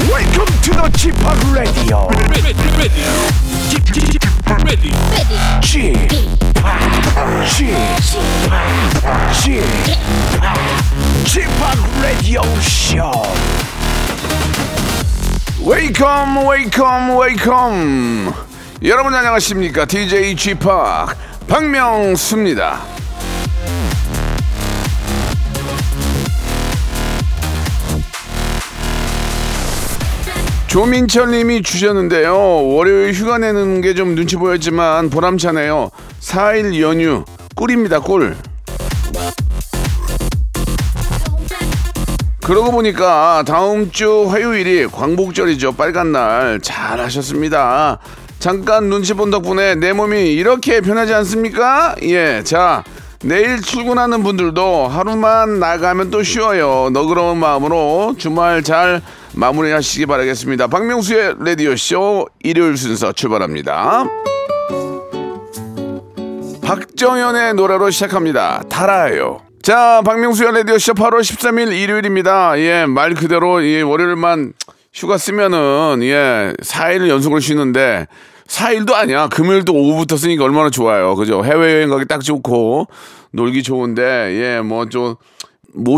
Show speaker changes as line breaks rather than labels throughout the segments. to the Chip Radio.
ready, ready, ready,
Chip, Chip, Chip, Chip Radio Show. Welcome, welcome, welcome. 여러분 안녕하십니까? DJ Chip 박명수입니다. 조민철 님이 주셨는데요. 월요일 휴가 내는 게 좀 눈치 보였지만 보람차네요. 4일 연휴 꿀입니다, 꿀. 그러고 보니까 다음 주 화요일이 광복절이죠. 빨간 날. 잘 하셨습니다. 잠깐 눈치 본 덕분에 내 몸이 이렇게 변하지 않습니까? 예. 자, 내일 출근하는 분들도 하루만 나가면 또 쉬어요. 너그러운 마음으로 주말 잘 마무리하시기 바라겠습니다. 박명수의 라디오쇼 일요일 순서 출발합니다. 박정현의 노래로 시작합니다. 달아요. 자, 박명수의 라디오쇼 8월 13일 일요일입니다. 예, 말 그대로 이 월요일만 휴가 쓰면은 예, 4일 연속으로 쉬는데 4일도 아니야. 금요일도 오후부터 쓰니까 얼마나 좋아요. 그죠? 해외여행 가기 딱 좋고 놀기 좋은데 예, 뭐좀못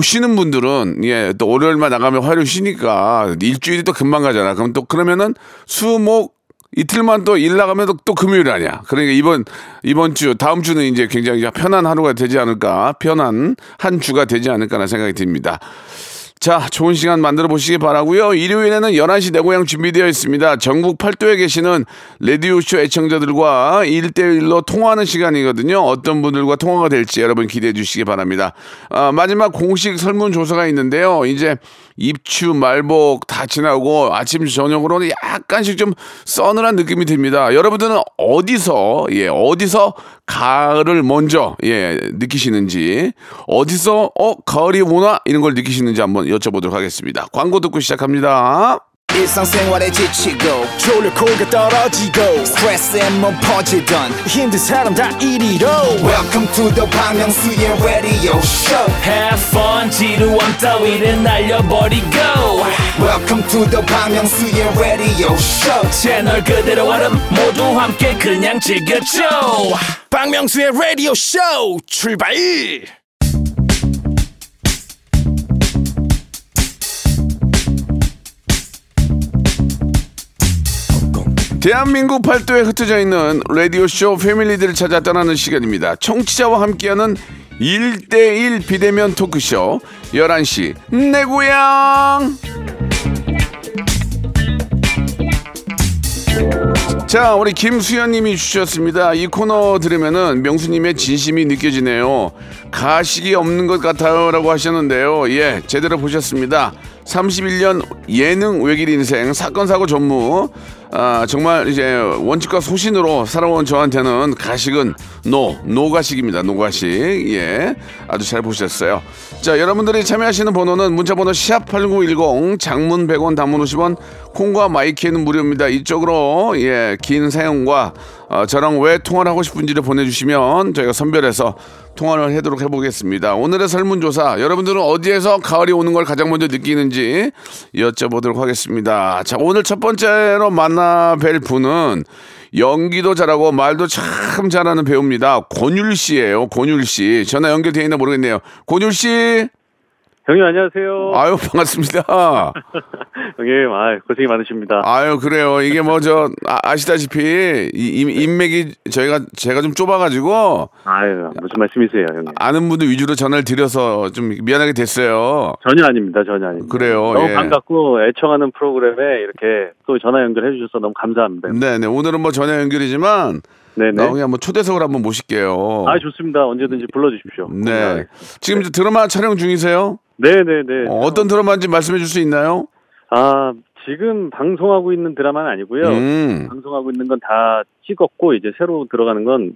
쉬는 분들은 예, 또 월요일만 나가면 화요일 쉬니까 일주일이 또 금방 가잖아. 그럼 또 그러면은 수목 이틀만 또 일 나가면 또, 또 금요일 아니야. 그러니까 이번 이번 주 다음 주는 이제 굉장히 편한 하루가 되지 않을까, 편한 한 주가 되지 않을까라는 생각이 듭니다. 자, 좋은 시간 만들어 보시기 바라고요. 일요일에는 11시 내 고향 준비되어 있습니다. 전국 팔도에 계시는 레디오쇼 애청자들과 일대일로 통화하는 시간이거든요. 어떤 분들과 통화가 될지 여러분 기대해 주시기 바랍니다. 아, 마지막 공식 설문조사가 있는데요. 이제 입추, 말복 다 지나고 아침, 저녁으로는 약간씩 좀 서늘한 느낌이 듭니다. 여러분들은 어디서, 예, 어디서 가을을 먼저, 예, 느끼시는지, 어디서, 어, 가을이 오나? 이런 걸 느끼시는지 한번 여쭤보도록 하겠습니다. 광고 듣고 시작합니다.
일상생활에 지치고, 졸려 코가 떨어지고, 스트레스에 몸 퍼지던, 힘든 사람 다 이리로. welcome to the Bang Myung-soo's radio show
Have fun 지루함 따위를 날려버리고
welcome to the Bang Myung-soo's radio show
채널 그대로 얼음 모두 함께 그냥 즐겨줘
박명수의 라디오 쇼 출발!
대한민국 팔도에 흩어져 있는 라디오쇼 패밀리들을 찾아 떠나는 시간입니다. 청취자와 함께하는 1대1 비대면 토크쇼 11시 내 고향 자 우리 김수현님이 주셨습니다. 이 코너 들으면은 명수님의 진심이 느껴지네요. 가식이 없는 것 같아요라고 하셨는데요. 예 제대로 보셨습니다. 31년 예능 외길 인생 사건 사고 전무 아 정말 이제 원칙과 소신으로 살아온 저한테는 가식은 노 노가식입니다. 노가식 예 아주 잘 보셨어요. 자 여러분들이 참여하시는 번호는 문자번호 샵 #8910 장문 100원 단문 50원 콩과 마이키는 무료입니다. 이쪽으로 예, 긴 사연과 어, 저랑 왜 통화를 하고 싶은지를 보내주시면 저희가 선별해서 통화를 해도록 해보겠습니다. 오늘의 설문조사 여러분들은 어디에서 가을이 오는 걸 가장 먼저 느끼는지 여쭤보도록 하겠습니다. 자 오늘 첫 번째로 만나뵐 분은 연기도 잘하고 말도 참 잘하는 배우입니다. 권율 씨예요. 권율 씨 전화 연결돼 있나 모르겠네요. 권율 씨
형님 안녕하세요.
아유 반갑습니다.
형님 아 고생이 많으십니다.
아유 그래요 이게 뭐 저 아, 시다시피 이, 이- 인맥이 저희가 제가 좀 좁아가지고
아유 무슨 말씀이세요, 형님?
아는 분들 위주로 전화를 드려서 좀 미안하게 됐어요
전혀 아닙니다, 전혀 아닙니다.
그래요
너무
예.
반갑고 애청하는 프로그램에 이렇게 또 전화 연결해 주셔서 너무 감사합니다.
네네 오늘은 뭐 전화 연결이지만
네,
나
네.
그냥 뭐 초대석을 한번 모실게요
아 좋습니다. 언제든지 불러 주십시오.
네 지금 이제 드라마 촬영 중이세요
네, 네, 네.
어, 떤 드라마인지 말씀해 줄 수 있나요
아 지금 방송하고 있는 드라마는 아니고요.
음
방송하고 있는 건 다 찍었고 이제 새로 들어가는 건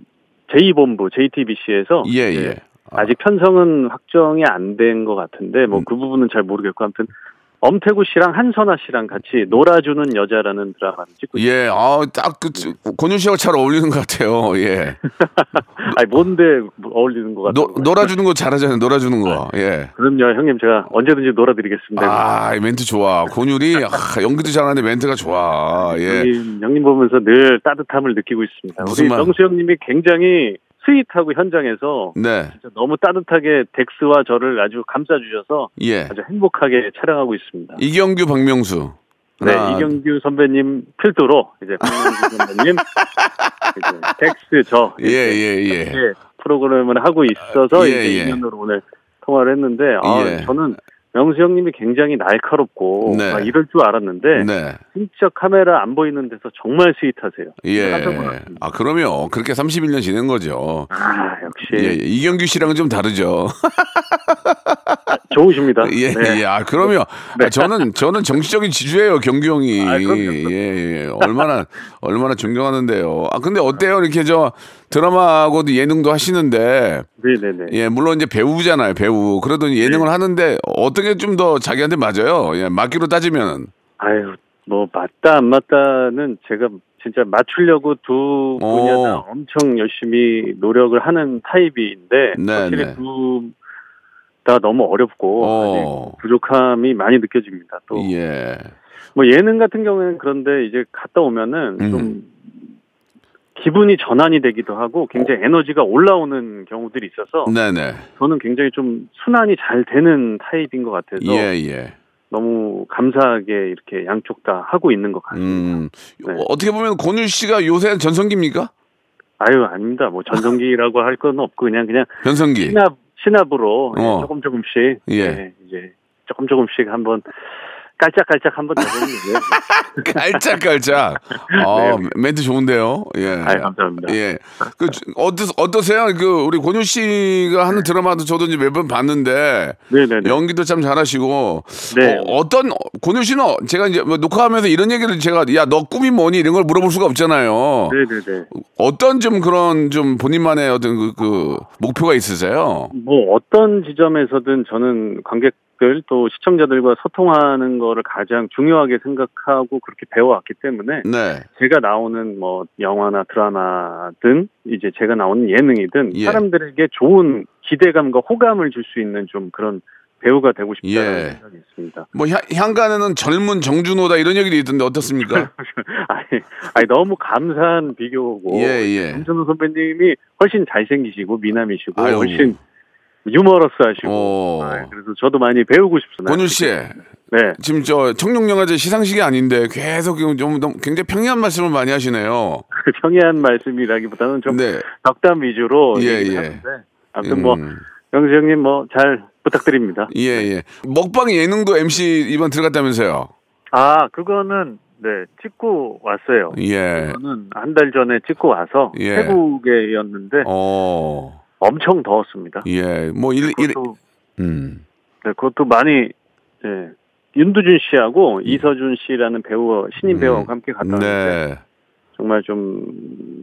제2본부 JTBC에서
예, 예. 음.
아직 편성은 확정이 안 된 것 같은데 뭐 그 부분은 잘 모르겠고 아무튼 엄태구 씨랑 한선아 씨랑 같이 놀아주는 여자라는 드라마를 찍고 있어요.
예, 아, 딱, 그, 권윤 씨하고 잘 어울리는 것 같아요. 예.
아니 뭔데 어울리는 것 같아요.
노, 놀아주는 거 잘하잖아요. 놀아주는 거.
네.
예.
그럼요, 형님 제가 언제든지 놀아드리겠습니다.
아, 이 멘트 좋아. 권율이, 아, 연기도 잘하는데 멘트가 좋아. 예.
형님, 형님 보면서 늘 따뜻함을 느끼고 있습니다.
무슨
우리
말-
정수 형님이 굉장히 스윗하고 현장에서
네.
진짜 너무 따뜻하게 덱스와 저를 아주 감싸주셔서
예.
아주 행복하게 촬영하고 있습니다.
이경규, 박명수.
네,
하나,
이경규 선배님 필두로 이제 박명수 선배님 이제 텍스 저
예, 예, 예.
이렇게 프로그램을 하고 있어서
예,
이제
예.
인연으로 오늘 통화를 했는데 아,
예.
저는 명수 형님이 굉장히 날카롭고
네.
아, 이럴 줄 알았는데
네.
진짜 카메라 안 보이는 데서 정말 스윗하세요.
예.
깜짝 놀랐습니다.
아, 그럼요. 그렇게 31년 지낸 거죠.
아 역시
예. 예. 이경규 씨랑은 좀 다르죠.
좋으십니다.
예,
네.
예. 아, 그럼요. 아, 저는, 저는 정치적인 지주예요, 경규 형이.
아, 그럼요,
예, 예. 얼마나, 얼마나 존경하는데요. 아, 근데 어때요? 이렇게 저 드라마하고도 예능도 하시는데,
네네네.
예, 물론 이제 배우잖아요, 배우. 그래도 예능을
네.
하는데, 어떻게 좀 더 자기한테 맞아요? 예, 맞기로 따지면은.
아유 뭐 맞다 안 맞다는 제가 진짜 맞추려고 두 분야 다
오.
엄청 열심히 노력을 하는 타입인데
네,
확실히
네.
둘 다 너무 어렵고
어.
아직 부족함이 많이 느껴집니다. 또 뭐
예.
예능 같은 경우에는 그런데 이제 갔다 오면은
음.
좀 기분이 전환이 되기도 하고 굉장히 에너지가 올라오는 경우들이 있어서
네네.
저는 굉장히 좀 순환이 잘 되는 타입인 것 같아서
예, 예.
너무 감사하게 이렇게 양쪽 다 하고 있는 것 같습니다.
음.
네.
어, 어떻게 보면 권율 씨가 요새 전성기입니까?
아유 아닙니다. 뭐 전성기라고 할 건 없고 그냥 그냥
변성기.
신압 신압으로
예. 어.
조금 조금씩
예.
네, 이제 조금 조금씩 한번 깔짝깔짝 한번 해보는 거예요.
깔짝깔짝. 아, 멘트 좋은데요. 예.
네. 아유 감사합니다.
예. 그, 주- 어떠, 어떠세요? 그, 우리 권율 씨가 하는 드라마도 저도 이제 몇 번 봤는데,
네네네.
연기도 참 잘하시고,
네.
어, 떤 권율 씨는 어- 제가 이제 뭐 녹화하면서 이런 얘기를 제가, 야, 너 꿈이 뭐니? 이런 걸 물어볼 수가 없잖아요.
네네네.
어떤 좀 그런 좀 본인만의 어떤 그, 그 목표가 있으세요?
뭐 어떤 지점에서든 저는 관객들 또 시청자들과 소통하는 거를 가장 중요하게 생각하고 그렇게 배워왔기 때문에
네.
제가 나오는 뭐 영화나 드라마든 이제 제가 나오는 예능이든
예.
사람들에게 좋은 기대감과 호감을 줄 수 있는 좀 그런 배우가 되고 싶다는
예.
생각이 있습니다.
뭐 향, 향가는 젊은 정준호다 이런 얘기도 있던데 어떻습니까?
아니, 아니 너무 감사한 비교고
예, 예.
김준호 선배님이 훨씬 잘생기시고 미남이시고
아유.
훨씬 유머러스하시고
오.
아, 그래서 저도 많이 배우고 싶습니다.
어. 권율 씨,
네.
지금 저 청룡영화제 시상식이 아닌데 계속 지금 좀 너무 굉장히 평이한 말씀을 많이 하시네요.
평이한 말씀이라기보다는 좀
네.
적담 위주로
예,
얘기를
예.
하는데 아무튼 뭐 네.
음.
영수 형님 뭐 잘 부탁드립니다.
예, 예. 먹방 예능도 MC 이번 들어갔다면서요?
아, 그거는 네 찍고 왔어요.
예.
저는 한 달 전에 찍고 와서
예.
태국에였는데
어,
엄청 더웠습니다.
예. 뭐, 일, 일,
그것도,
음.
네, 그것도 많이 예, 윤두준 씨하고 이서준 씨라는 배우 신인 배우하고 함께 갔다 왔는데
예. 음. 네.
정말 좀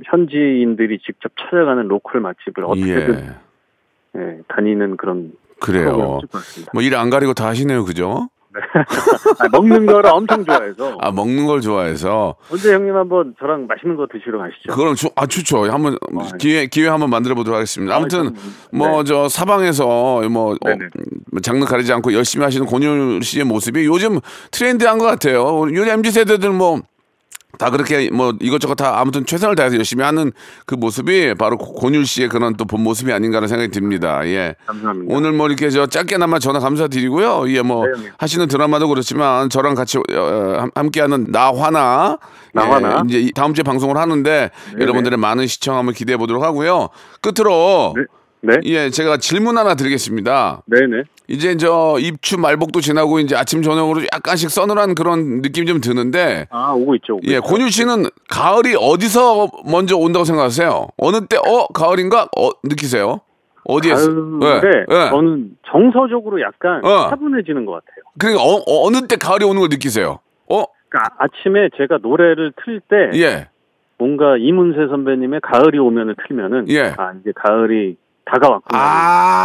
현지인들이 직접 찾아가는 로컬 맛집을 어떻게든
예.
예, 다니는 그런
그래요.
프로그램을 찍고 왔습니다.
뭐, 일 안 가리고 다 하시네요. 그죠?
아, 먹는 거를 엄청 좋아해서
아, 먹는 걸 좋아해서.
언제 형님 한번 저랑 맛있는 거 드시러 가시죠. 뭐,
그럼 주, 아 좋죠. 한번 기회 기회 한번 만들어 보도록 하겠습니다. 아무튼 뭐 저 사방에서 뭐 어,
네. 네네.
뭐 장르 가리지 않고 열심히 하시는 권율 씨의 모습이 요즘 트렌드한 것 같아요. 우리 요즘 mz 세대들 뭐. 다 그렇게 뭐 이것저것 다 아무튼 최선을 다해서 열심히 하는 그 모습이 바로 고- 권율 씨의 그런 또 본 모습이 아닌가 하는 생각이 듭니다. 예.
감사합니다.
오늘 뭐 이렇게 저 짧게나마 전화 감사드리고요. 예, 뭐
네, 형님.
하시는 드라마도 그렇지만 저랑 같이 어, 어, 함- 함께하는 나화나
나 화나.
예, 이제 다음 주에 방송을 하는데
네,
여러분들의 많은 시청 한번 기대해 보도록 하고요. 끝으로
네.
예, 제가 질문 하나 드리겠습니다.
네네.
이제 저 입추 말복도 지나고 이제 아침 저녁으로 약간씩 서늘한 그런 느낌이 좀 드는데
아 오고 있죠. 오고
예,
있죠.
권유 씨는 가을이 어디서 먼저 온다고 생각하세요? 어느 때 어 가을인가 어 느끼세요? 어디에서?
가을에
예, 예.
저는 정서적으로 약간
어.
차분해지는 것 같아요.
그러니까 어, 어, 느때 가을이 오는 걸 느끼세요? 어?
그러니까 아- 아침에 제가 노래를 틀 때
예.
뭔가 이문세 선배님의 가을이 오면을 틀면은
예.
아 이제 가을이 다가왔구나.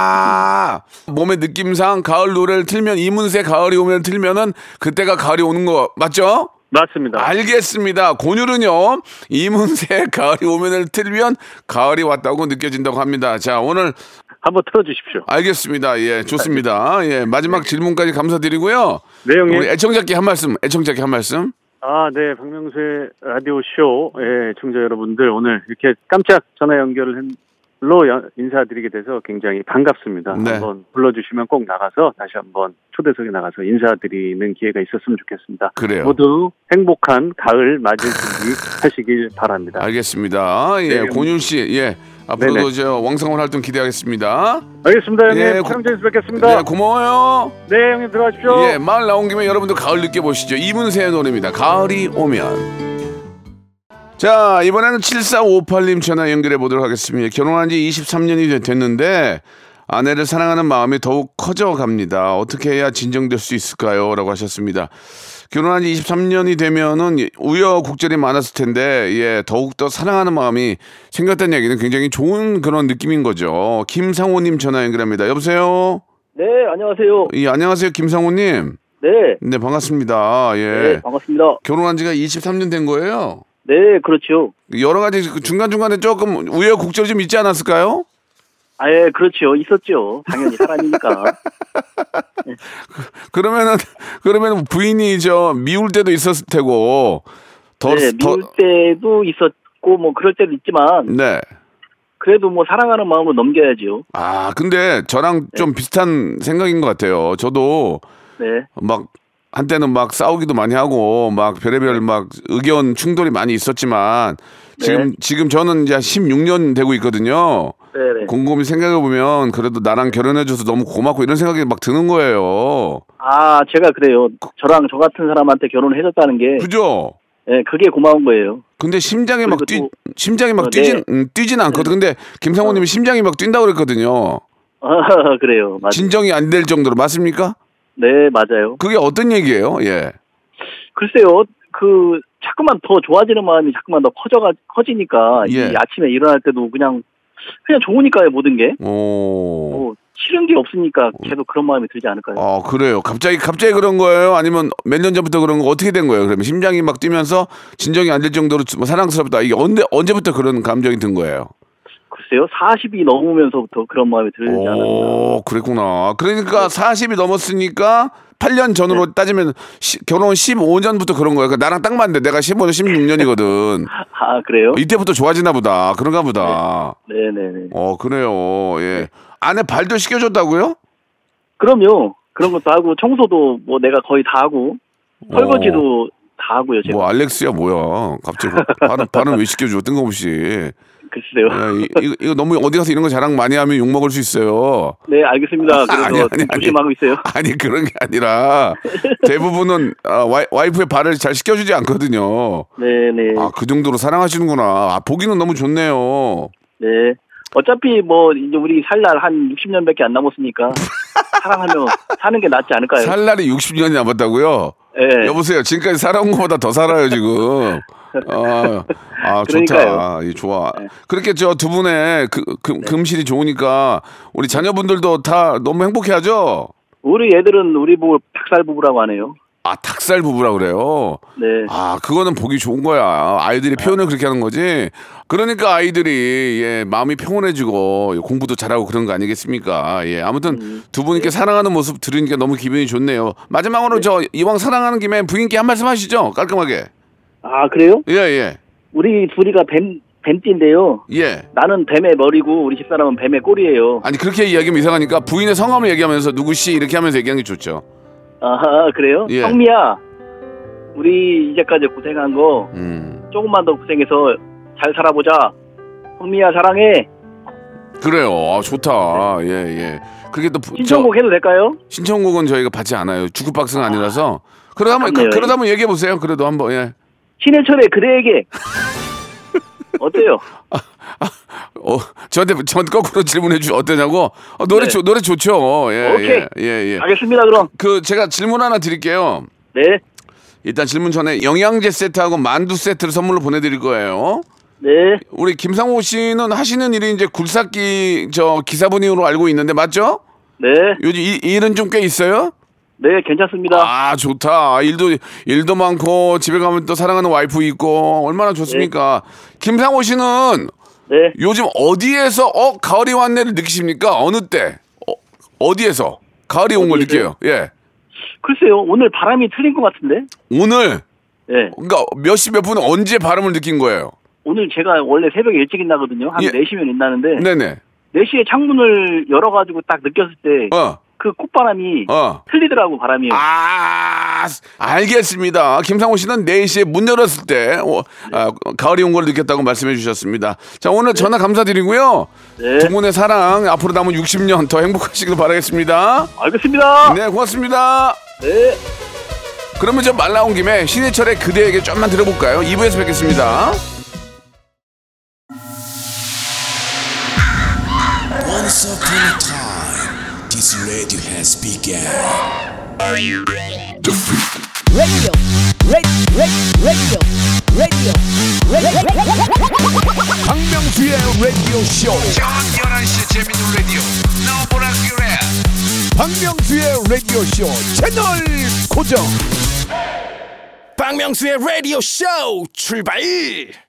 아 몸의 느낌상 가을 노래를 틀면 이문세 가을이 오면 틀면은 그때가 가을이 오는 거 맞죠?
맞습니다.
알겠습니다. 곤율은요 이문세 가을이 오면을 틀면 가을이 왔다고 느껴진다고 합니다. 자 오늘
한번 틀어주십시오.
알겠습니다. 예 좋습니다. 예 마지막 질문까지 감사드리고요.
네, 형님.
우리 애청자께 한 말씀, 애청자께 한 말씀.
아, 네. 박명수의 라디오 쇼, 예, 청자 여러분들 오늘 이렇게 깜짝 전화 연결로 연- 인사드리게 돼서 굉장히 반갑습니다.
네.
한번 불러주시면 꼭 나가서 다시 한번 초대석에 나가서 인사드리는 기회가 있었으면 좋겠습니다.
그래요.
모두 행복한 가을 맞을 준비 하시길 바랍니다.
아,
네,
알겠습니다. 예
형님.
곤율 씨, 예 앞으로도
네네.
저 왕성한 활동 기대하겠습니다.
알겠습니다, 형님.
예, 고-
사랑제에서 뵙겠습니다.
예 고마워요.
네, 형님 들어가십시오.
예, 말 나온 김에 여러분도 가을 느껴보시죠. 이문세의 노래입니다. 가을이 오면. 자, 이번에는 7458님 전화 연결해 보도록 하겠습니다. 예, 결혼한 지 23년이 됐는데 아내를 사랑하는 마음이 더욱 커져 갑니다. 어떻게 해야 진정될 수 있을까요? 라고 하셨습니다. 결혼한 지 23년이 되면은 우여곡절이 많았을 텐데 예, 더욱더 사랑하는 마음이 생겼다는 얘기는 굉장히 좋은 그런 느낌인 거죠. 김상호 님 전화 연결합니다. 여보세요?
네, 안녕하세요.
예, 안녕하세요. 김상호 님.
네.
네, 반갑습니다. 예.
네, 반갑습니다.
결혼한 지가 23년 된 거예요.
네, 그렇죠.
여러 가지 그 중간중간에 조금 우여곡절이 좀 있지 않았을까요?
아, 예, 그렇죠. 있었죠. 당연히 사람이니까.
그러면은, 그러면 부인이 저 미울 때도 있었을 테고, 더,
네,
더,
미울 때도 있었고, 뭐, 그럴 때도 있지만,
네.
그래도 뭐, 사랑하는 마음으로 넘겨야죠.
아, 근데 저랑 좀 비슷한 생각인 것 같아요. 저도
네.
막, 한때는 막 싸우기도 많이 하고, 막
네.
별의별 막 의견 충돌이 많이 있었지만, 지금, 지금 저는 이제 16년 되고 있거든요.
네네.
곰곰이 생각해 보면 그래도 나랑 결혼해줘서 너무 고맙고 이런 생각이 막 드는 거예요.
아, 제가 그래요. 저랑 저 같은 사람한테 결혼을 해줬다는 게,
그죠?
예, 그게 고마운 거예요.
근데 심장이 막 뛰,
네. 그리고
심장이 막
어,
뛰진,
네.
음, 뛰진 않거든. 근데 김상호님이 심장이 막 뛴다 고 그랬거든요.
아, 그래요. 맞아요.
진정이 안 될 정도로 맞습니까?
네, 맞아요.
그게 어떤 얘기예요? 예.
글쎄요, 그, 자꾸만 더 좋아지는 마음이 자꾸만 더 커져가, 커지니까,
예.
이 아침에 일어날 때도 그냥, 그냥 좋으니까요, 모든 게.
오.
뭐 싫은 게 없으니까 계속 그런 마음이 들지 않을까요?
어. 아 그래요. 갑자기 갑자기 그런 거예요? 아니면 몇 년 전부터 그런 거 어떻게 된 거예요? 그러면 심장이 막 뛰면서 진정이 안 될 정도로 뭐 사랑스럽다. 이게 언제 언제부터 그런 감정이 든 거예요?
글쎄요, 40이 넘으면서부터 그런 마음이 들지
어.
않았나.
오, 그랬구나. 그러니까 40이 넘었으니까 8년
네.
전으로 따지면 시- 결혼 15년부터 그런 거야. 그러니까 나랑 딱 맞는데 내가 15년, 16년이거든.
아, 그래요?
이때부터 좋아지나 보다. 그런가 보다.
네네네. 네.
어, 그래요. 예. 아내 발도 씻겨줬다고요?
그럼요. 그런 것도 하고, 청소도 뭐 내가 거의 다 하고,
어.
설거지도 다 하고요, 제가.
뭐 알렉스야 뭐야? 갑자기 발은 발은 왜 씻겨줘? 뜬금없이.
글쎄요.
야, 이, 이거, 이거 너무 어디 가서 이런 거 자랑 많이 하면 욕 먹을 수 있어요.
네, 알겠습니다. 그래서
아니, 아니,
좀
아니.
조심하고 있어요.
아니 그런 게 아니라 대부분은 아, 와이, 와이프의 발을 잘 씻겨주지 않거든요.
네네.
아, 그 정도로 사랑하시는구나. 아, 보기는 너무 좋네요.
네. 어차피 뭐, 이제 우리 살날 한 60년밖에 안 남았으니까, 사랑하며 사는 게 낫지 않을까요?
살 날이 60년이 남았다고요?
네.
여보세요. 지금까지 살아온 것보다 더 살아요, 지금. 아, 아 좋다.
그러니까요. 네.
예, 좋아. 그렇게 저 두 분의 그, 그- 금실이 좋으니까 우리 자녀분들도 다 너무 행복해하죠?
우리 애들은 우리 부부 닭살 부부라고 하네요.
아, 닭살 부부라 그래요?
네.
아, 그거는 보기 좋은 거야. 아이들이 표현을 그렇게 하는 거지. 그러니까 아이들이 예, 마음이 평온해지고 공부도 잘하고 그런 거 아니겠습니까? 예, 아무튼 두 분께 사랑하는 모습 들으니까 너무 기분이 좋네요. 마지막으로 저 이왕 사랑하는 김에 부인께 한 말씀 하시죠. 깔끔하게.
아, 그래요?
예, 예.
우리 둘이가 뱀, 뱀띠인데요.
예.
나는 뱀의 머리고 우리 집사람은 뱀의 꼬리예요.
아니 그렇게 이야기하면 이상하니까 부인의 성함을 얘기하면서 누구씨 이렇게 하면서 얘기하는 게 좋죠.
아 그래요?
예.
성미야, 우리 이제까지 고생한 거
음.
조금만 더 고생해서 잘 살아보자. 성미야 사랑해.
그래요. 아, 좋다. 예, 예. 그렇게 또 부- 저-
신청곡 해도 될까요?
신청곡은 저희가 받지 않아요. 주급박스가 아니라서. 그러다 한번
그렇네요.
그, 러다 한번 얘기해 보세요. 그래도 한번 예.
신해철의 그대에게. 어때요?
어, 저한테 전 거꾸로 질문해 주 어떠냐고. 어, 노래
네.
좋 노래 좋죠. 예,
오케이.
예, 예, 예.
알겠습니다 그럼.
그 제가 질문 하나 드릴게요.
네,
일단 질문 전에 영양제 세트하고 만두 세트를 선물로 보내드릴 거예요.
네.
우리 김상호 씨는 하시는 일이 이제 굴삭기 저 기사분으로 알고 있는데 맞죠?
네.
요즘 이, 일은 좀 꽤 있어요?
네, 괜찮습니다.
아 좋다. 일도 일도 많고 집에 가면 또 사랑하는 와이프 있고 얼마나 좋습니까? 김상호 씨는
네.
요즘 어디에서 어 가을이 왔네를 느끼십니까? 어느 때 어, 디에서 가을이 온 걸 느껴요?
어디에서요?
예.
글쎄요, 오늘 바람이 틀린 것 같은데?
오늘
네.
그러니까 몇 시 몇 분에 언제 바람을 느낀 거예요?
오늘 제가 원래 새벽에 일찍 일나거든요. 한
예.
4시면 일나는데.
네네.
4시에 창문을 열어가지고 딱 느꼈을 때.
어.
그 콧바람이.
어.
틀리더라고, 바람이.
아, 알겠습니다. 김상호 씨는 4시에 문 열었을 때 어, 아, 가을이 온 걸 느꼈다고 말씀해 주셨습니다. 자, 오늘 전화 감사드리고요.
네.
두 분의 사랑 앞으로 남은 60년 더 행복하시길 바라겠습니다.
알겠습니다.
네, 고맙습니다.
네.
그러면 좀 말 나온 김에 신해철의 그대에게 좀만 들어볼까요? 2부에서 뵙겠습니다.
Once upon a time, this radio has begun.
radio, radio, radio, radio, radio, radio.
박명수의 radio show. 저녁 11시 재밌는 radio. No more 박명수의 radio show 채널 고정. 박명수의 radio show 출발.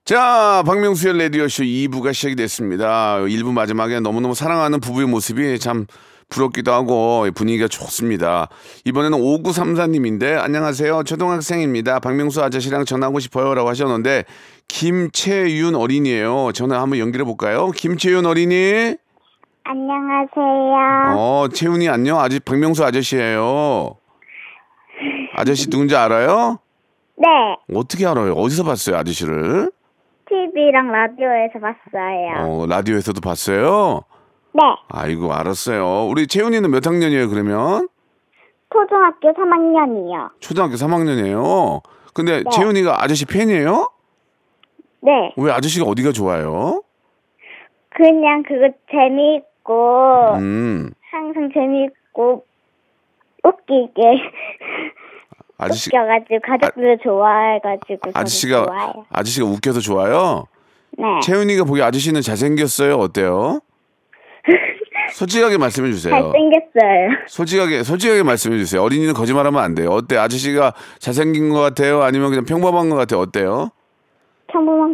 자, 박명수의 라디오쇼 2부가 시작이 됐습니다. 1부 마지막에 너무너무 사랑하는 부부의 모습이 참 부럽기도 하고 분위기가 좋습니다. 이번에는 5934님인데, 안녕하세요. 초등학생입니다. 박명수 아저씨랑 전화하고 싶어요. 라고 하셨는데, 김채윤 어린이에요. 전화 한번 연결해볼까요? 김채윤 어린이.
안녕하세요.
어, 채윤이 안녕. 아직 박명수 아저씨예요. 아저씨 누군지 알아요?
네,
어떻게 알아요? 어디서 봤어요, 아저씨를?
TV랑 라디오에서 봤어요.
어, 라디오에서도 봤어요?
네,
아이고 알았어요. 우리 채윤이는 몇 학년이에요 그러면?
초등학교 3학년이요.
초등학교 3학년이에요. 근데 채윤이가 아저씨 팬이에요?
네,
왜 아저씨가 어디가 좋아요?
그냥 그거 재미있고,
음
항상 재미있고, 웃기게
아저씨
웃겨가지고, 가족들도 좋아해가지고. 저도
아저씨가
좋아해요.
아저씨가 웃겨서 좋아요.
네,
채윤이가 보기 아저씨는 잘생겼어요 어때요? 솔직하게 말씀해 주세요.
잘생겼어요.
솔직하게 솔직하게 말씀해 주세요. 어린이는 거짓말하면 안 돼요. 어때 아저씨가 잘생긴 것 같아요? 아니면 그냥 평범한 것 같아요? 어때요?
평범한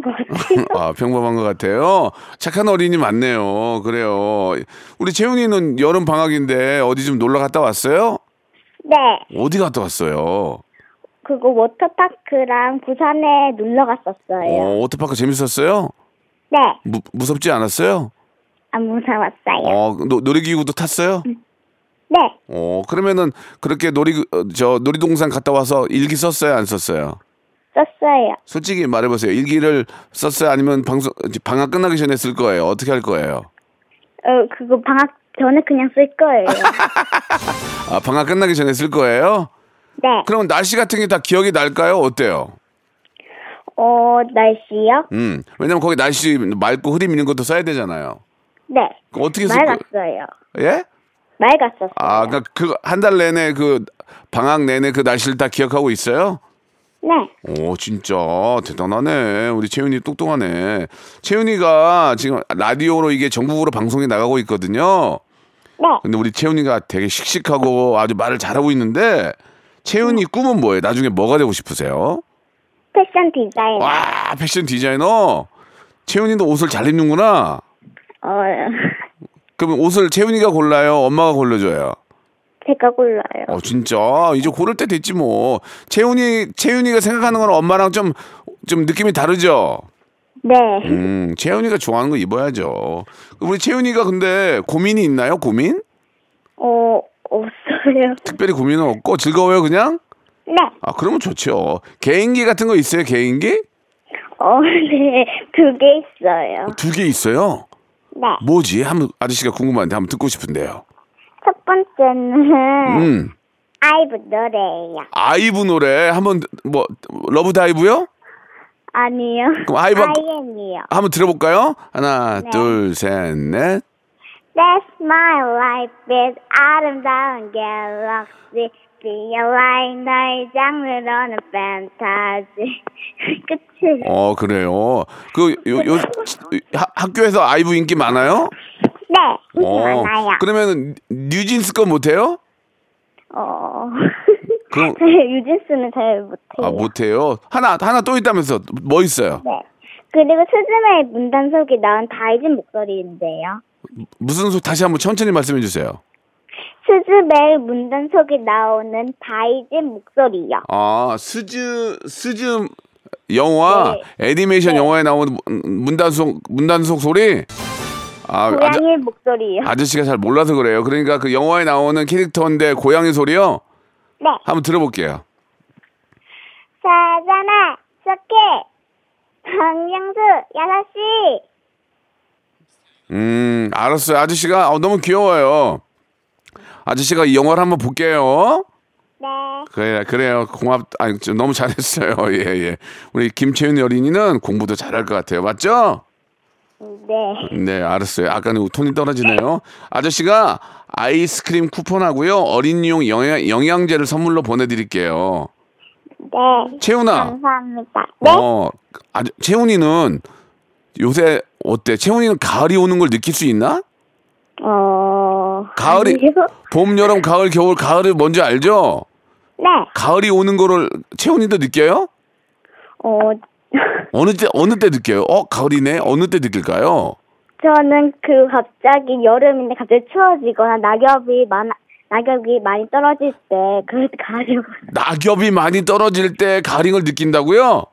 것 같아요.
아, 평범한 것 같아요. 착한 어린이 많네요. 그래요. 우리 채윤이는 여름 방학인데 어디 좀 놀러 갔다 왔어요?
네,
어디 갔다 왔어요?
그거 워터파크랑 부산에 놀러 갔었어요.
어, 워터파크 재밌었어요?
네,
무, 무섭지 않았어요?
안 무서웠어요.
어, 노, 놀이기구도 탔어요?
네,
어, 그러면은 그렇게 놀이 어, 저 놀이동산 갔다 와서 일기 썼어요, 안 썼어요?
썼어요.
솔직히 말해 보세요. 일기를 썼어요? 아니면 방송 방학 끝나기 전에 쓸 거예요? 어떻게 할 거예요?
어, 그거 방학 전에 그냥 쓸 거예요.
아, 방학 끝나기 전에 쓸 거예요?
네.
그럼 날씨 같은 게 다 기억이 날까요? 어때요?
어, 날씨요?
음. 왜냐면 거기 날씨 맑고 흐림 있는 것도 써야 되잖아요.
네.
그거 어떻게 쓸 거-
맑았어요.
예?
맑았었어요.
아, 그러니까 그한 달 내내 그 방학 내내 그 날씨를 다 기억하고 있어요?
네.
오, 진짜 대단하네. 우리 채윤이 똑똑하네. 채윤이가 지금 라디오로 이게 전국으로 방송이 나가고 있거든요.
네.
근데 우리 채윤이가 되게 씩씩하고 아주 말을 잘하고 있는데 채윤이 꿈은 뭐예요? 나중에 뭐가 되고 싶으세요?
패션 디자인.
와, 패션 디자이너. 채윤이도 옷을 잘 입는구나.
어,
그럼 옷을 채윤이가 골라요? 엄마가 골라줘요?
제가 골라요.
어, 진짜? 이제 고를 때 됐지 뭐. 채윤이, 채윤이가 생각하는 건 엄마랑 좀, 좀 느낌이 다르죠?
네.
음, 채윤이가 좋아하는 거 입어야죠. 우리 채윤이가 근데 고민이 있나요? 고민?
어, 없어요.
특별히 고민은 없고 즐거워요, 그냥?
네.
아, 그러면 좋죠. 개인기 같은 거 있어요, 개인기?
어, 네. 두 개 있어요.
두 개 있어요.
네.
뭐지? 한번 아저씨가 궁금한데 한번 듣고 싶은데요.
첫 번째는
음.
아이브 노래예요.
아이브 노래 한번 뭐 러브 다이브요?
아니요.
그럼 아이브 한-
아이엔이요.
한번 들어볼까요? 하나, 둘, 셋, 넷.
That's my life is 아름다운 갤럭시 비어라인 너의 장르로는 판타지 그치
어, 그래요. 그, 요, 요, 하- 학교에서 아이브 인기 많아요?
네, 인기 많아요.
어. 그러면 뉴진스 거 못해요?
어.
그럼-
유진스는 잘 못해요.
아, 못해요. 하나, 하나 또 있다면서. 뭐 있어요?
네. 그리고 스즈메의 문단속이 나은 다이진 목소리인데요.
무슨 소, 다시 한번 천천히 말씀해 주세요.
스즈메의 문단속이 나오는 다이진 목소리요.
아, 스즈, 스즈 영화, 애니메이션
네.
영화에 나오는 문- 문단속, 문단속 소리? 아, 아저,
고양이 목소리요.
아저씨가 잘 몰라서 그래요. 그러니까 그 영화에 나오는 캐릭터인데 고양이 소리요?
네.
한번 들어볼게요.
사자나, 석해, 방영수, 야사씨.
음, 알았어요. 아저씨가 어, 너무 귀여워요. 아저씨가 이 영화를 한번 볼게요.
네.
그래, 그래요. 공합, 아니, 저 너무 잘했어요. 예, 예. 우리 김채윤 어린이는 공부도 잘할 것 같아요. 맞죠?
네.
네, 알았어요. 아까는 톤이 떨어지네요. 아저씨가 아이스크림 쿠폰하고요. 어린이용 영양, 영양제를 선물로 보내드릴게요.
네.
채훈아.
감사합니다. 네.
어, 아, 채훈이는 요새 어때? 채훈이는 가을이 오는 걸 느낄 수 있나?
어.
가을이
아니요.
봄, 여름, 가을, 겨울, 가을을 뭔지 알죠?
네.
가을이 오는 거를 채훈이도 느껴요?
어.
어느 때 어느 때 느껴요? 어 가을이네 어느 때 느낄까요?
저는 그 갑자기 여름인데 갑자기 추워지거나 낙엽이 많아 낙엽이 많이 떨어질 때 그럴 때 가려고
낙엽이 많이 떨어질 때 가을을 느낀다고요?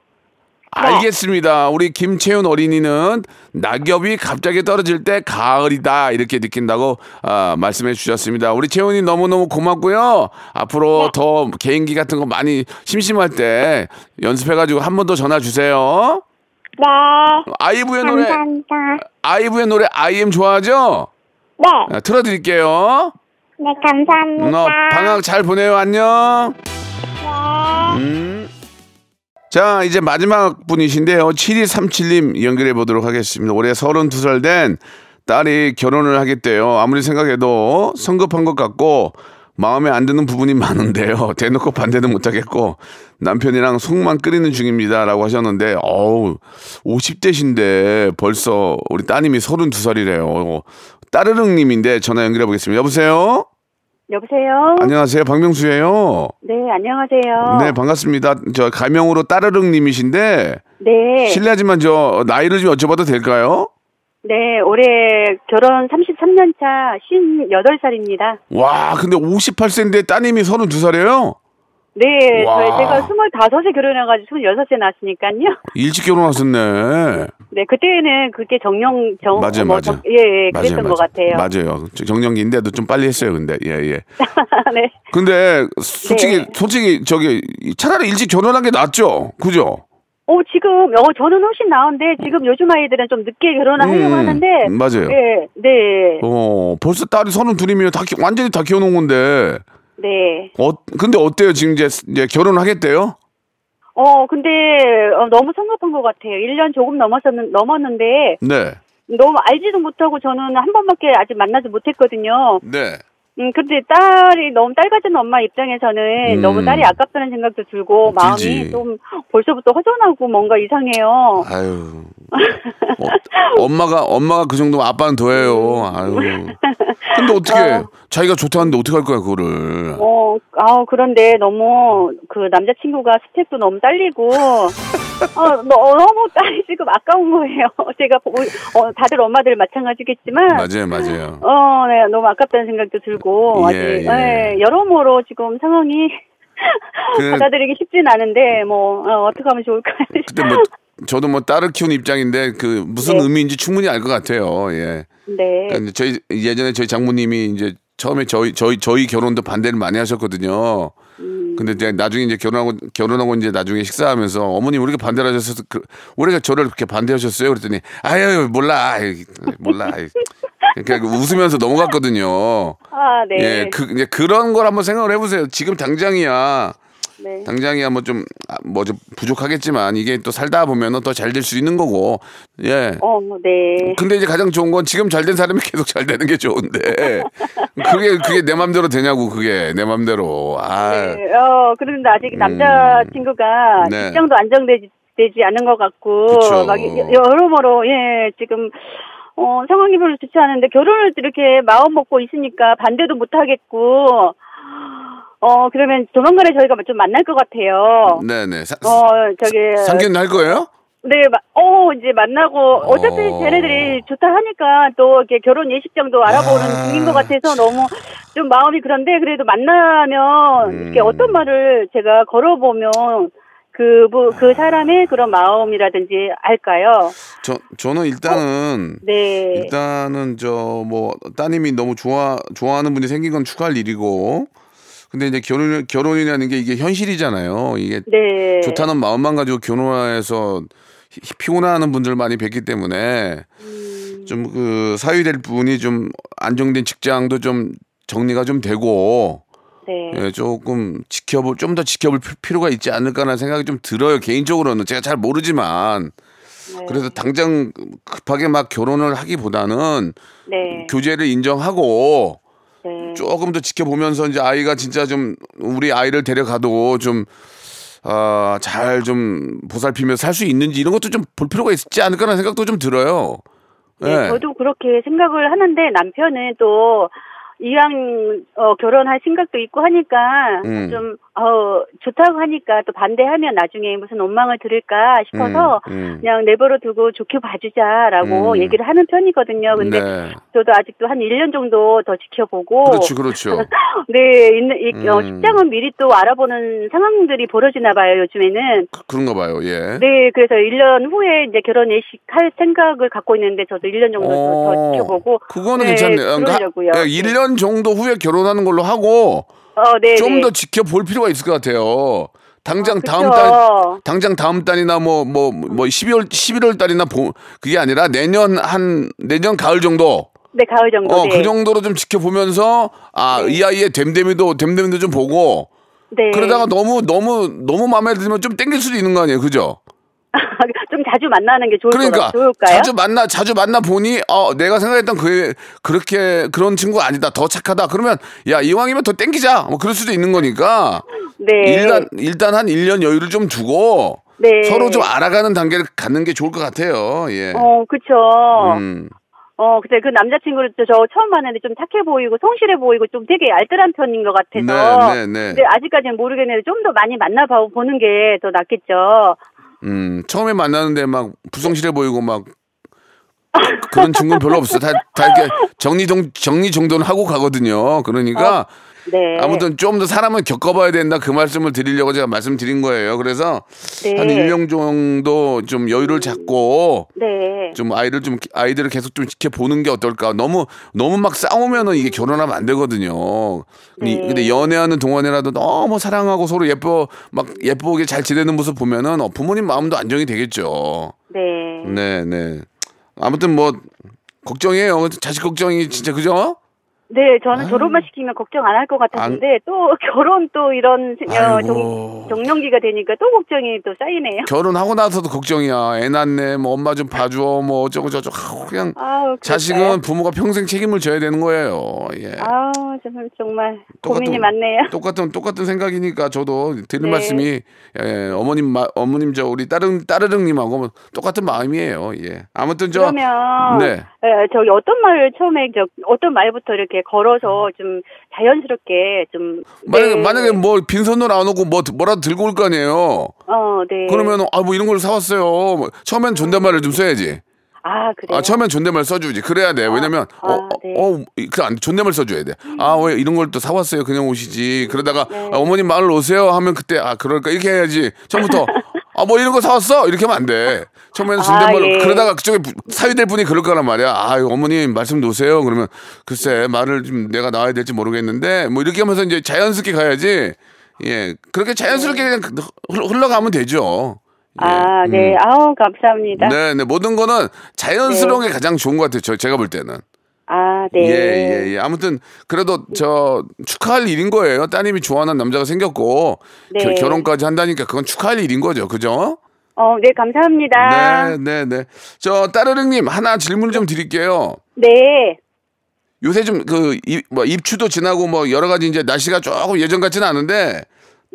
알겠습니다. 우리 김채윤 어린이는 낙엽이 갑자기 떨어질 때 가을이다 이렇게 느낀다고 아, 말씀해 주셨습니다. 우리 채윤이 너무너무 고맙고요. 앞으로
네.
더 개인기 같은 거 많이 심심할 때 연습해가지고 한 번 더 전화 주세요.
네
아이브의 그 노래
감사합니다
아이브의 노래 아이엠 좋아하죠?
네네 네,
아, 틀어드릴게요.
감사합니다
너 음, 아, 방학 잘 보내요. 안녕.
네.
음. 자, 이제 마지막 분이신데요. 7237님 연결해 보도록 하겠습니다. 올해 32살 된 딸이 결혼을 하겠대요. 아무리 생각해도 성급한 것 같고 마음에 안 드는 부분이 많은데요. 대놓고 반대는 못하겠고 남편이랑 속만 끓이는 중입니다. 라고 하셨는데 어우 50대신데 벌써 우리 따님이 32살이래요. 따르릉님인데 전화 연결해 보겠습니다. 여보세요?
여보세요?
안녕하세요. 박명수예요.
네, 안녕하세요.
네, 반갑습니다. 저 가명으로 따르릉 님이신데
네,
실례지만 저 나이를 좀 여쭤봐도 될까요?
네, 올해 결혼 33년 차 58살입니다.
와, 근데 58세인데 따님이 32살이에요?
네,
와.
저희 제가 25세 결혼해가지고 26세 낳았으니까요.
일찍 결혼하셨네.
네, 그때는 그게 정령, 정,
맞아요,
뭐,
맞아요.
정- 예, 예, 그랬던 것 같아요.
맞아요. 저 경영기인데도 좀 빨리 했어요, 근데. 예, 예.
네,
근데 솔직히
네.
솔직히 저기 차라리 일찍 결혼한 게 낫죠. 그죠?
어, 지금, 어, 저는 훨씬 나은데, 지금 요즘 아이들은 좀 늦게 결혼하려고
음,
하는데,
맞아요.
네, 네,
어, 벌써 딸이 32이면 다 키- 완전히 다 키워 놓은 건데.
네.
어, 근데 어때요? 지금 이제 이제 결혼하겠대요?
어, 근데, 어, 너무 성급한 것 같아요. 1년 조금 넘었었는, 넘었는데,
네.
너무 알지도 못하고 저는 한 번밖에 아직 만나지 못했거든요.
네.
음, 근데 딸이 너무 딸 가진 엄마 입장에서는
음. 어,
너무 딸이 아깝다는 생각도 들고 마음이
들지.
좀 벌써부터 허전하고 뭔가 이상해요.
아유. 어, 엄마가 엄마가 그 정도면 아빠는 더해요. 아유. 근데 어떻게 자기가 좋다는데 어떻게 할 거야 그거를?
어, 아 그런데 너무 그 남자친구가 스텝도 너무 딸리고, 어, 너, 너무 딸이 지금 아까운 거예요. 제가 보, 어, 다들 엄마들 마찬가지겠지만,
맞아요, 맞아요.
어, 네, 너무 아깝다는 생각도 들고,
예,
아직,
예.
네, 여러모로 지금 상황이
그-
받아들이기 쉽진 않은데, 뭐, 어, 어떻게 하면 좋을까요?
근데 뭐 저도 뭐 딸을 키우는 입장인데 그 무슨
네.
의미인지 충분히 알 것 같아요. 예.
네,
그러니까 저희 예전에 저희 장모님이 이제 처음에 저희 저희 저희 결혼도 반대를 많이 하셨거든요. 근데 이제 나중에 이제 결혼하고 결혼하고 이제 나중에 식사하면서 어머님 우리가 반대를 하셨어 그, 우리가 저를 그렇게 반대하셨어요 그랬더니 아유 몰라 아이, 몰라 아이. 그러니까 웃으면서 넘어갔거든요.
아, 네.
예, 그 이제 그런 걸 한번 생각을 해보세요. 지금 당장이야
네.
당장이야 뭐 좀 뭐 좀 부족하겠지만 이게 또 살다 보면은 더 잘 될 수 있는 거고 예
어, 네.
근데 이제 가장 좋은 건 지금 잘 된 사람이 계속 잘 되는 게 좋은데 그게 그게 내 맘대로 되냐고 그게 내 맘대로 아
예,
음.
네, 어, 그런데 아직 남자친구가
네.
직장도 안정되지 되지 않는 것 같고
그쵸.
막 여- 여러모로 예 지금 어 상황이 별로 좋지 않은데 결혼을 이렇게 마음 먹고 있으니까 반대도 못 하겠고 어 그러면 조만간에 저희가 좀 만날 것 같아요.
네네. 음. 사-
어 저기
상견 날 거예요?
네, 마- 어 이제 만나고 어차피
어.
쟤네들이 좋다 하니까 또 이렇게 결혼 예식장도 알아보는 중인 것 같아서 너무 좀 마음이 그런데 그래도 만나면
음.
이렇게 어떤 말을 제가 걸어보면 그그
아.
그 사람의 그런 마음이라든지 알까요?
저 저는 일단은
네,
일단은 저 뭐 따님이 너무 좋아 좋아하는 분이 생긴 건 축하할 일이고 근데 이제 결혼 결혼이라는 게 이게 현실이잖아요. 이게
네,
좋다는 마음만 가지고 결혼해서 히- 피곤해하는 분들 많이 뵙기 때문에
음.
좀 그 사유될 분이 좀 안정된 직장도 좀 정리가 좀 되고
네,
예, 조금 지켜볼 좀 더 지켜볼 필- 필요가 있지 않을까라는 생각이 좀 들어요. 개인적으로는 제가 잘 모르지만 네.
네.
그래서 당장 급하게 막 결혼을 하기보다는
네,
교제를 인정하고
네.
조금 더 지켜보면서 이제 아이가 진짜 좀 우리 아이를 데려가도 아, 좀아잘좀 보살피며 살 수 있는지 이런 것도 좀 볼 필요가 있지 않을까라는 생각도 좀 들어요. 예,
네, 저도 그렇게 생각을 하는데 남편은 또 이왕 어, 결혼할 생각도 있고 하니까
음.
좀 어, 좋다고 하니까 또 반대하면 나중에 무슨 원망을 들을까 싶어서
음, 음.
그냥 내버려 두고 좋게 봐주자라고
음.
얘기를 하는 편이거든요. 아, 근데
네.
저도 아직도 한 1년 정도 더 지켜보고
그렇죠, 그렇죠.
네, 있는 이, 어,
음.
직장은 미리 또 알아보는 상황들이 벌어지나 봐요, 요즘에는.
그- 그런가 봐요. 예.
네, 그래서 1년 후에 이제 결혼 예식 할 생각을 갖고 있는데 저도 1년 정도 더- 더
어,
지켜보고
그거는
네,
괜찮네요.
그러려고요.
예, 1년 정도 후에 결혼하는 걸로 하고
어, 네,
좀
네.
더 지켜볼 필요가 있을 것 같아요. 당장
아,
다음
그쵸.
달 당장 다음 달이나 뭐 뭐 뭐 12월 11월 달이나 봄 그게 아니라 내년 한 내년 가을 정도
네, 가을 정도.
어
네.
그 정도로 좀 지켜보면서 아 이 아이의 됨됨이도 됨됨이도 좀 보고
네.
그러다가 너무 너무 너무 마음에 들면 좀 땡길 수도 있는 거 아니에요, 그죠?
좀 자주 만나는 게 좋을
그러니까
거 좋을까요?
자주 만나 자주 만나 보니 어 내가 생각했던 그 그렇게 그런 친구 아니다 더 착하다 그러면 야 이왕이면 더 땡기자 뭐 그럴 수도 있는 거니까
네.
일단 일단 한 1년 여유를 좀 주고
네.
서로 좀 알아가는 단계를 갖는 게 좋을 것 같아요. 예.
어, 그쵸.
음.
어, 근데 그 남자친구를 저- 저 처음 만났는데 좀 착해 보이고 성실해 보이고 좀 되게 알뜰한 편인 것 같아서.
네, 네, 네.
근데 아직까지는 모르겠는데 좀 더 많이 만나봐 보는 게 더 낫겠죠.
음, 처음에 만나는데 막 부성실해 보이고 막 그런 증거는 별로 없어. 다, 다 이렇게 정리정 정리 정도는 하고 가거든요. 그러니까
네.
아무튼 좀 더 사람은 겪어봐야 된다 그 말씀을 드리려고 제가 말씀드린 거예요. 그래서
네.
한 1년 정도 좀 여유를 잡고
네.
좀 아이를 좀 아이들을 계속 좀 지켜보는 게 어떨까. 너무 너무 막 싸우면은 이게 결혼하면 안 되거든요. 근데,
네.
근데 연애하는 동안이라도 너무 사랑하고 서로 예뻐 막 예쁘게 잘 지내는 모습 보면은 어, 부모님 마음도 안정이 되겠죠.
네.
네, 네. 아무튼 뭐 걱정이에요. 자식 걱정이 진짜 그죠?
네, 저는 졸업만 시키면 걱정 안 할 것 같았는데 또 결혼 또 이런 어,
아이고.
정, 정년기가 되니까 또 걱정이 또 쌓이네요.
결혼하고 나서도 걱정이야. 애 낳네. 뭐 엄마 좀 봐줘. 뭐 어쩌고 저쩌고 아우, 그냥
아우, 그럴까요?
자식은 부모가 평생 책임을 져야 되는 거예요. 예.
아우 정말 정말
똑같은-
고민이 많네요.
똑같은 똑같은 생각이니까 저도 드리는
네.
말씀이 예, 어머님 마, 어머님 저 우리 따릉 따르릉님하고 뭐 똑같은 마음이에요. 예. 아무튼 저
그러면
네.
에, 저기 어떤 말을 처음에 저 어떤 말부터 이렇게 걸어서 좀 자연스럽게 좀
만약에
네.
만약에 뭐 빈손으로 안 오고 뭐 뭐라도 들고 올 거 아니에요.
어, 네.
그러면 아 뭐 이런 걸 사왔어요. 뭐 처음엔 존댓말을 좀 써야지.
아 그래요.
아 처음엔 존댓말 써주지. 그래야 돼. 왜냐면
아,
어, 어,
네.
어, 그래 안 돼. 존댓말 써줘야 돼. 아 왜 이런 걸 또 사왔어요? 그냥 오시지. 그러다가
네.
아, 어머님 마을 오세요 하면 그때 아 그럴까 이렇게 해야지. 처음부터 아 뭐 이런 거 사왔어 이렇게 하면 안 돼. 처음에는
아,
존댓말
예.
그러다가 그쪽에 부- 사위될 분이 그럴 거란 말이야. 아 어머님 말씀 놓으세요. 그러면 글쎄 말을 좀 내가 나와야 될지 모르겠는데 뭐 이렇게 하면서 이제 자연스럽게 가야지. 예 그렇게 자연스럽게
네.
그냥 흘러- 흘러가면 되죠. 예.
아, 네.
음.
아우 감사합니다.
네, 네. 모든 거는 자연스러운
네.
게 가장 좋은 것 같아요. 저 제가 볼 때는.
아,
예,
네.
예, 예. 아무튼 그래도 저 축하할 일인 거예요. 따님이 좋아하는 남자가 생겼고
네.
결- 결혼까지 한다니까 그건 축하할 일인 거죠. 그죠?
어, 네,
네,
감사합니다.
네, 네. 저 따르릉 님 하나 질문 좀 드릴게요.
네.
요새 좀 그 뭐 입추도 지나고 뭐 여러 가지 이제 날씨가
네.
조금 예전 같지는 않은데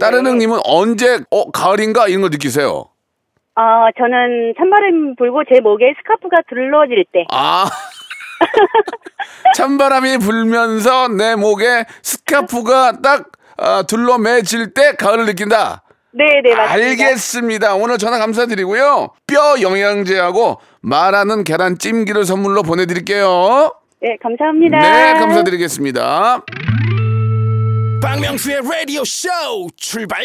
따르릉 님은 언제 어 가을인가 이런 걸 느끼세요?
어, 저는 찬바람 불고 제 목에 스카프가 둘러질 때.
아. 찬바람이 불면서 내 목에 스카프가 딱 아, 둘러매질 때 가을을 느낀다.
네, 네, 맞습니다.
알겠습니다. 오늘 전화 감사드리고요. 뼈 영양제하고 말하는 계란 찜기를 선물로 보내드릴게요.
네, 감사합니다.
네, 감사드리겠습니다.
박명수의 라디오 쇼 출발.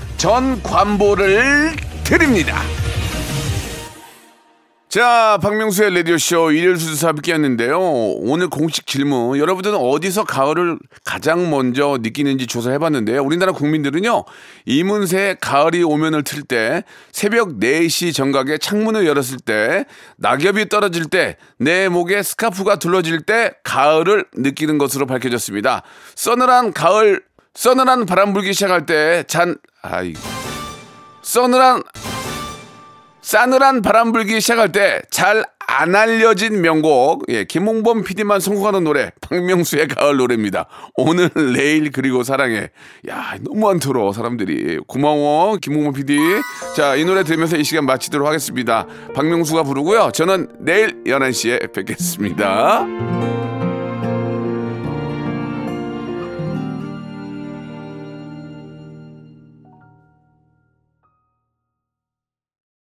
전 관보를 드립니다. 자, 박명수의 라디오쇼 일요일 순서 함께했는데요. 오늘 공식 질문. 여러분들은 어디서 가을을 가장 먼저 느끼는지 조사해봤는데요. 우리나라 국민들은요, 이문세의 가을이 오면을 틀 때, 새벽 4시 정각에 창문을 열었을 때, 낙엽이 떨어질 때, 내 목에 스카프가 둘러질 때, 가을을 느끼는 것으로 밝혀졌습니다. 서늘한 가을 서늘한 바람 불기 시작할 때 잔 아이고 서늘한 싸늘한 바람 불기 시작할 때 잘 안 알려진 명곡 예 김홍범 PD만 선곡하는 노래 박명수의 가을 노래입니다 오늘 내일 그리고 사랑해 야 너무 안 틀어 사람들이 고마워 김홍범 PD 자 이 노래 들으면서 이 시간 마치도록 하겠습니다 박명수가 부르고요 저는 내일 11시에 뵙겠습니다.